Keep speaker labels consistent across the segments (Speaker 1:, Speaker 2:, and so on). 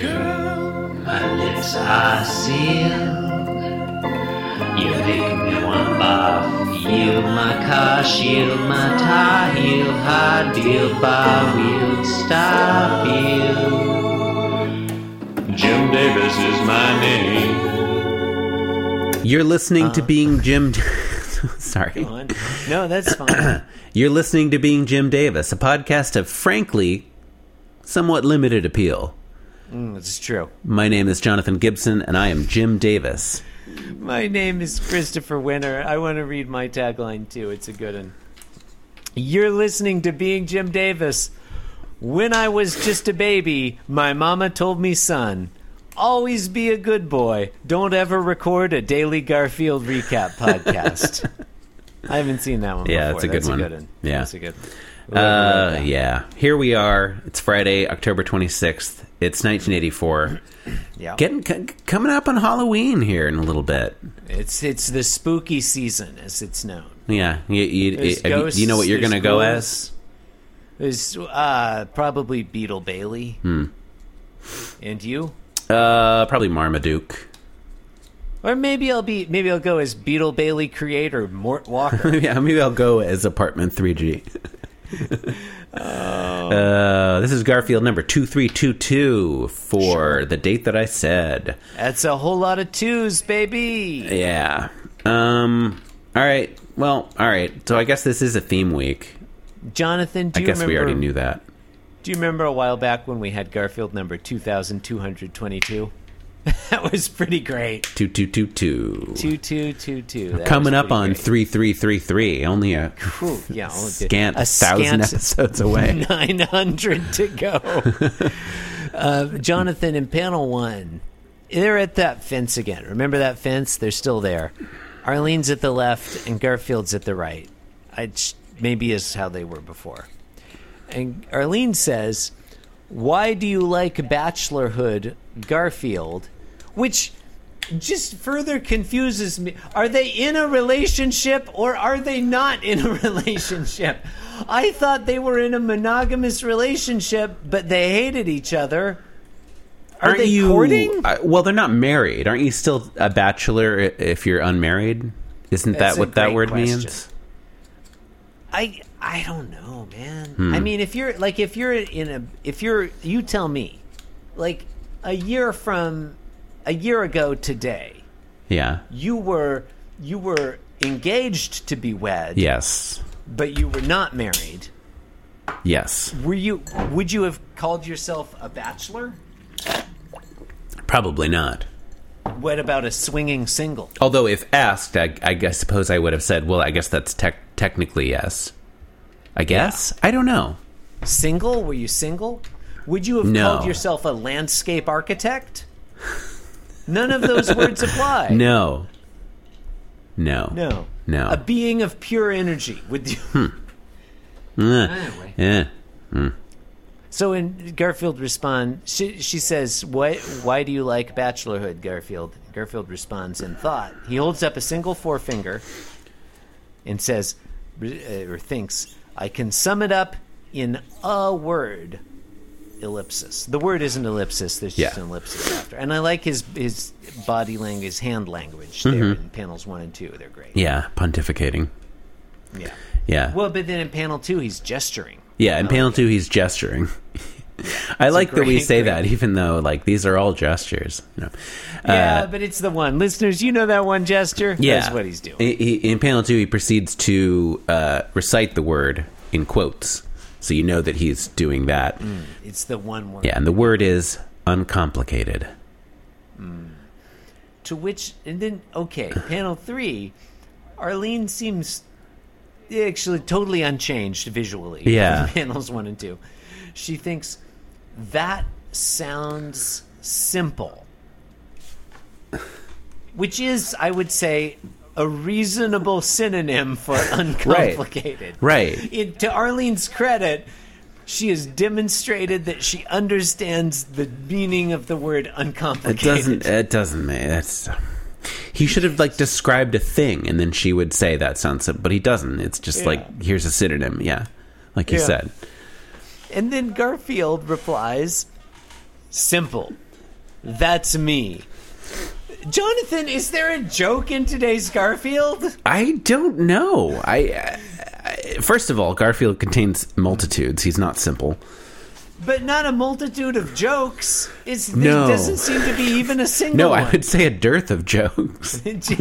Speaker 1: Girl,
Speaker 2: My lips are sealed. You make me want to barf. Yield my car, shield my tie, heel, hard deal, bar wheel, stop you. Jim Davis is my name.
Speaker 3: You're listening
Speaker 1: Uh.
Speaker 3: to Being Jim. Sorry.
Speaker 1: on. No, that's fine.
Speaker 3: You're listening to Being Jim Davis, a podcast of frankly somewhat limited appeal.
Speaker 1: It's true.
Speaker 3: My name is Jonathan Gibson, and I am Jim Davis.
Speaker 1: My name is Christopher Winter. I want to read my tagline too. It's a good one. You're listening to Being Jim Davis. When I was just a baby, my mama told me, son, always be a good boy. Don't ever record a daily Garfield recap podcast. I haven't seen that one
Speaker 3: Yeah,
Speaker 1: before.
Speaker 3: it's a good
Speaker 1: That's
Speaker 3: one.
Speaker 1: A good one.
Speaker 3: Yeah.
Speaker 1: That's a good one.
Speaker 3: Uh, yeah. Here we are. It's Friday, October 26th. It's 1984.
Speaker 1: Yeah.
Speaker 3: Getting c- coming up on Halloween here in a little bit.
Speaker 1: It's it's the spooky season, as it's known.
Speaker 3: Yeah. You, you,
Speaker 1: There's
Speaker 3: have you-
Speaker 1: ghosts,
Speaker 3: you know what you're
Speaker 1: there's
Speaker 3: going to go as?
Speaker 1: ghouls. There's uh, probably Beetle Bailey.
Speaker 3: Hmm.
Speaker 1: And you?
Speaker 3: Uh, probably Marmaduke.
Speaker 1: Or maybe I'll be maybe I'll go as Beetle Bailey creator Mort Walker.
Speaker 3: yeah, maybe I'll go as apartment 3G. Uh, this is Garfield number 2322 for the date that I said.
Speaker 1: That's a whole lot of twos, baby.
Speaker 3: Yeah. Um all right. Well, all right. So I guess this is a theme week.
Speaker 1: Jonathan, do
Speaker 3: I
Speaker 1: you
Speaker 3: guess
Speaker 1: remember
Speaker 3: we already knew that.
Speaker 1: Do you remember a while back when we had Garfield number 2222? that was pretty great.
Speaker 3: 2222.
Speaker 1: 2222. That
Speaker 3: Coming
Speaker 1: was
Speaker 3: up
Speaker 1: pretty
Speaker 3: on
Speaker 1: great.
Speaker 3: 3333, only a
Speaker 1: Ooh, yeah, I'll do-
Speaker 3: scant
Speaker 1: a
Speaker 3: 1000
Speaker 1: scant
Speaker 3: episodes away.
Speaker 1: 900 to go. uh, Jonathan in panel one. They're at that fence again. Remember that fence? They're still there. Arlene's at the left and Garfield's at the right. I j- maybe is how they were before. And Arlene says, "Why do you like bachelorhood, Garfield?" Which just further confuses me. Are they in a relationship or are they not in a relationship? I thought they were in a monogamous relationship, but they hated each other. Are
Speaker 3: Aren't
Speaker 1: they
Speaker 3: you
Speaker 1: courting?
Speaker 3: uh, well, they're not married. Aren't you still a bachelor i- if you're unmarried? Isn't
Speaker 1: That's
Speaker 3: that
Speaker 1: a
Speaker 3: what that
Speaker 1: great
Speaker 3: word
Speaker 1: question.
Speaker 3: means?
Speaker 1: I I don't know, man.
Speaker 3: Hmm.
Speaker 1: I mean, if you're like if you're in a if you're you tell me, like a year from a year ago today,
Speaker 3: Yeah.
Speaker 1: you were you were engaged to be wed,
Speaker 3: Yes.
Speaker 1: but you were not married.
Speaker 3: Yes.
Speaker 1: Were you? Would you have called yourself a bachelor?
Speaker 3: Probably not.
Speaker 1: What about a swinging single?
Speaker 3: Although, if asked, I, I guess- suppose I would have said, "Well, I guess that's tec- technically yes." I guess I don't know.
Speaker 1: Single? Were you single? Would you have
Speaker 3: No.
Speaker 1: called yourself a landscape architect? None of those words apply.
Speaker 3: No, no,
Speaker 1: No.
Speaker 3: No.
Speaker 1: A being of pure energy. Would you? Anyway.
Speaker 3: Eh.
Speaker 1: So in Garfield respond, she, she says, "Why why do you like bachelorhood, Garfield?" Garfield responds in thought. He holds up a single forefinger and says re- uh, or thinks, "I can sum it up in a word." Ellipsis. The word isn't ellipsis. There's just
Speaker 3: Yeah.
Speaker 1: an ellipsis after. And I like his his body language, his hand language there in panels one and two. They're great.
Speaker 3: Mm-hmm. yeah, pontificating.
Speaker 1: yeah.
Speaker 3: Yeah,
Speaker 1: Well, but then in panel two, he's gesturing.
Speaker 3: yeah. In panel two, he's gesturing. I like that we
Speaker 1: great-
Speaker 3: say
Speaker 1: great-
Speaker 3: that, even though like these are all gestures. You know.
Speaker 1: Yeah,
Speaker 3: Uh,
Speaker 1: but it's the one. Listeners, you know that one gesture?
Speaker 3: yeah,
Speaker 1: That's what he's doing.
Speaker 3: He- he- in panel two, he proceeds to uh, recite the word in quotes, so you know that he's doing that.
Speaker 1: It's the one word.
Speaker 3: Yeah, and the word is uncomplicated.
Speaker 1: To which, and then, okay, panel three, Arlene seems actually totally unchanged visually. from
Speaker 3: Yeah.
Speaker 1: Panels one and two. She thinks that sounds simple. Which is, I would say, a reasonable synonym for uncomplicated.
Speaker 3: Right.
Speaker 1: it, to Arlene's credit, she has demonstrated that she understands the meaning of the word
Speaker 3: It
Speaker 1: uncomplicated.
Speaker 3: doesn't. It doesn't make that's. He should have like described a thing, and then she would say that sounds. sim-" But he doesn't. It's just like here's a synonym. Yeah, like you
Speaker 1: Yeah.
Speaker 3: said.
Speaker 1: And then Garfield replies, Simple. That's me. Jonathan, is there a joke in today's Garfield?
Speaker 3: I don't know. I, I first of all, Garfield contains multitudes. He's not simple.
Speaker 1: But not a multitude of jokes. It's,
Speaker 3: No.
Speaker 1: There doesn't seem to be even a single
Speaker 3: No,
Speaker 1: one.
Speaker 3: I would say a dearth of jokes.
Speaker 1: Just-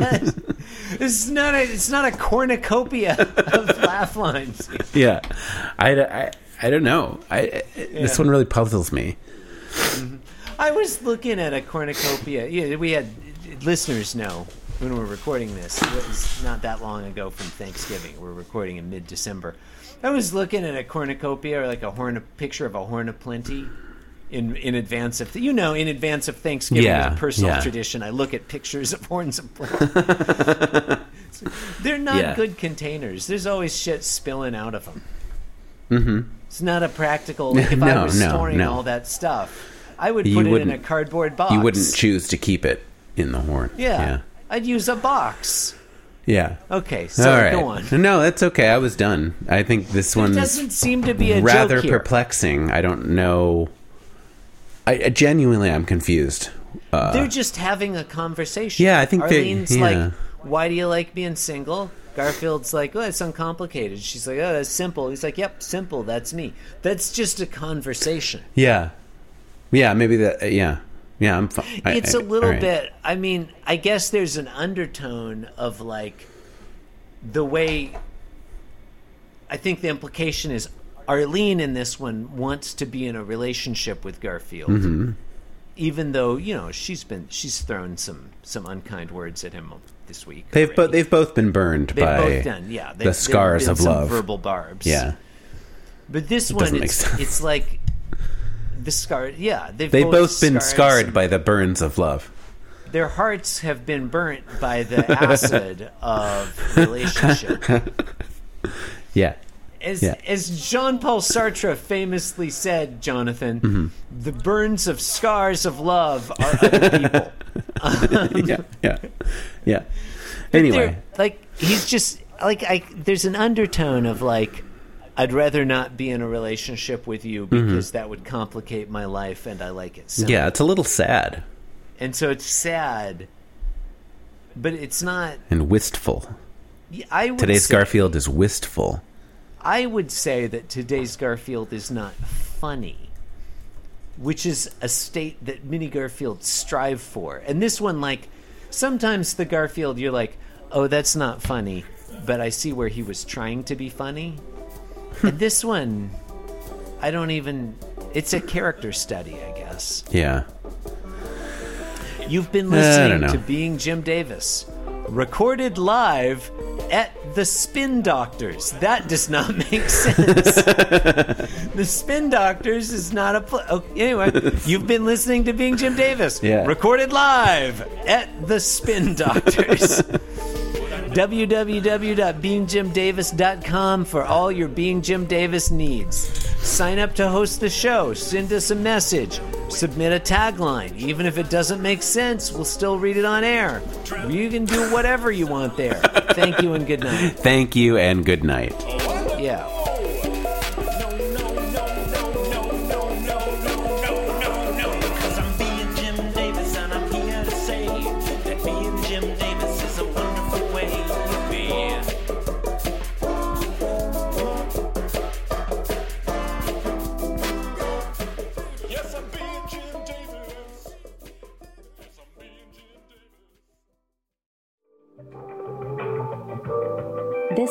Speaker 1: it's not a it's not a cornucopia of laugh lines.
Speaker 3: yeah, I, I, I don't know. I, I- this one really puzzles me.
Speaker 1: I was looking at a cornucopia. Yeah, we had listeners know when we're recording this. It was not that long ago from Thanksgiving. We're recording in mid-December. I was looking at a cornucopia or like a horn, a picture of a horn of plenty. In, in advance of you know in advance of Thanksgiving
Speaker 3: Yeah,
Speaker 1: as a personal
Speaker 3: yeah.
Speaker 1: tradition, I look at pictures of horns of plenty. They're not
Speaker 3: Yeah.
Speaker 1: good containers. There's always shit spilling out of them. Mm-hmm. It's not a practical. Like, if I
Speaker 3: No,
Speaker 1: was
Speaker 3: no,
Speaker 1: storing
Speaker 3: no.
Speaker 1: all that stuff, I would
Speaker 3: You
Speaker 1: put it in a
Speaker 3: wouldn't-
Speaker 1: cardboard box.
Speaker 3: You wouldn't choose to keep it in the horn.
Speaker 1: Yeah.
Speaker 3: yeah.
Speaker 1: I'd use a box.
Speaker 3: Yeah.
Speaker 1: Okay, so
Speaker 3: All right.
Speaker 1: go on.
Speaker 3: No, that's okay. I was done. I think this
Speaker 1: It
Speaker 3: one's
Speaker 1: doesn't seem to be a
Speaker 3: rather
Speaker 1: joke here.
Speaker 3: perplexing. I don't know. I, I genuinely am confused. Uh,
Speaker 1: They're just having a conversation.
Speaker 3: Yeah, I think they-
Speaker 1: Arlene's
Speaker 3: yeah.
Speaker 1: like, "Why do you like being single?" Garfield's like, "Oh, it's uncomplicated." She's like, "Oh, that's simple." He's like, "Yep, simple. That's me." That's just a conversation.
Speaker 3: yeah. Yeah, maybe that. Yeah. Yeah, I'm fine.
Speaker 1: it's a little bit i mean i guess there's an undertone of like the way i think the implication is arlene in this one wants to be in a relationship with garfield
Speaker 3: Mm-hmm.
Speaker 1: even though you know she's been she's thrown some some unkind words at him this week
Speaker 3: They've, bo-
Speaker 1: already.
Speaker 3: they've both been burned
Speaker 1: They've
Speaker 3: by.
Speaker 1: both done yeah they've- there've
Speaker 3: scars
Speaker 1: been
Speaker 3: of
Speaker 1: some
Speaker 3: love.
Speaker 1: verbal barbs
Speaker 3: Yeah.
Speaker 1: but this
Speaker 3: doesn't
Speaker 1: one
Speaker 3: make
Speaker 1: it's,
Speaker 3: sense.
Speaker 1: it's like the scar yeah they've,
Speaker 3: They've both, been
Speaker 1: scarred
Speaker 3: scarred by the burns of love.
Speaker 1: their hearts have been burnt by the acid of relationship.
Speaker 3: Yeah.
Speaker 1: As,
Speaker 3: Yeah.
Speaker 1: as Jean Paul Sartre famously said, Jonathan,
Speaker 3: Mm-hmm.
Speaker 1: the burns of scars of love are other people.
Speaker 3: yeah. Yeah. Yeah. Anyway.
Speaker 1: They're- like, he's just, like, I, there's an undertone of, like, I'd rather not be in a relationship with you because that would complicate my life and I like it. simple.
Speaker 3: Mm-hmm. Yeah, it's a little sad
Speaker 1: And so it's sad, but it's not.
Speaker 3: and wistful.
Speaker 1: I would
Speaker 3: Today's
Speaker 1: say-
Speaker 3: Garfield is wistful.
Speaker 1: I would say that today's Garfield is not funny, which is a state that many Garfields strive for. And this one, like, sometimes the Garfield, you're like, oh, that's not funny, but I see where he was trying to be funny. and this one, I don't even. It's a character study, I guess.
Speaker 3: Yeah.
Speaker 1: You've been
Speaker 3: Eh, I don't
Speaker 1: listening
Speaker 3: know.
Speaker 1: to Being Jim Davis, recorded live at the Spin Doctors. That does not make sense. the Spin Doctors is not a pl- oh, anyway. You've been listening to Being Jim Davis,
Speaker 3: Yeah.
Speaker 1: recorded live at the Spin Doctors. www.beingjimdavis.com for all your Being Jim Davis needs. Sign up to host the show, send us a message, submit a tagline. Even if it doesn't make sense, we'll still read it on air. You can do whatever you want there. Thank you and good night.
Speaker 3: Thank you and good night.
Speaker 1: Yeah.
Speaker 4: Cause I'm being Jim Davis and I'm here to say that being Jim Davis is a wonderful way to be.
Speaker 5: Yes, I'm being Jim Davis. Yes, I'm being Jim Davis.
Speaker 6: This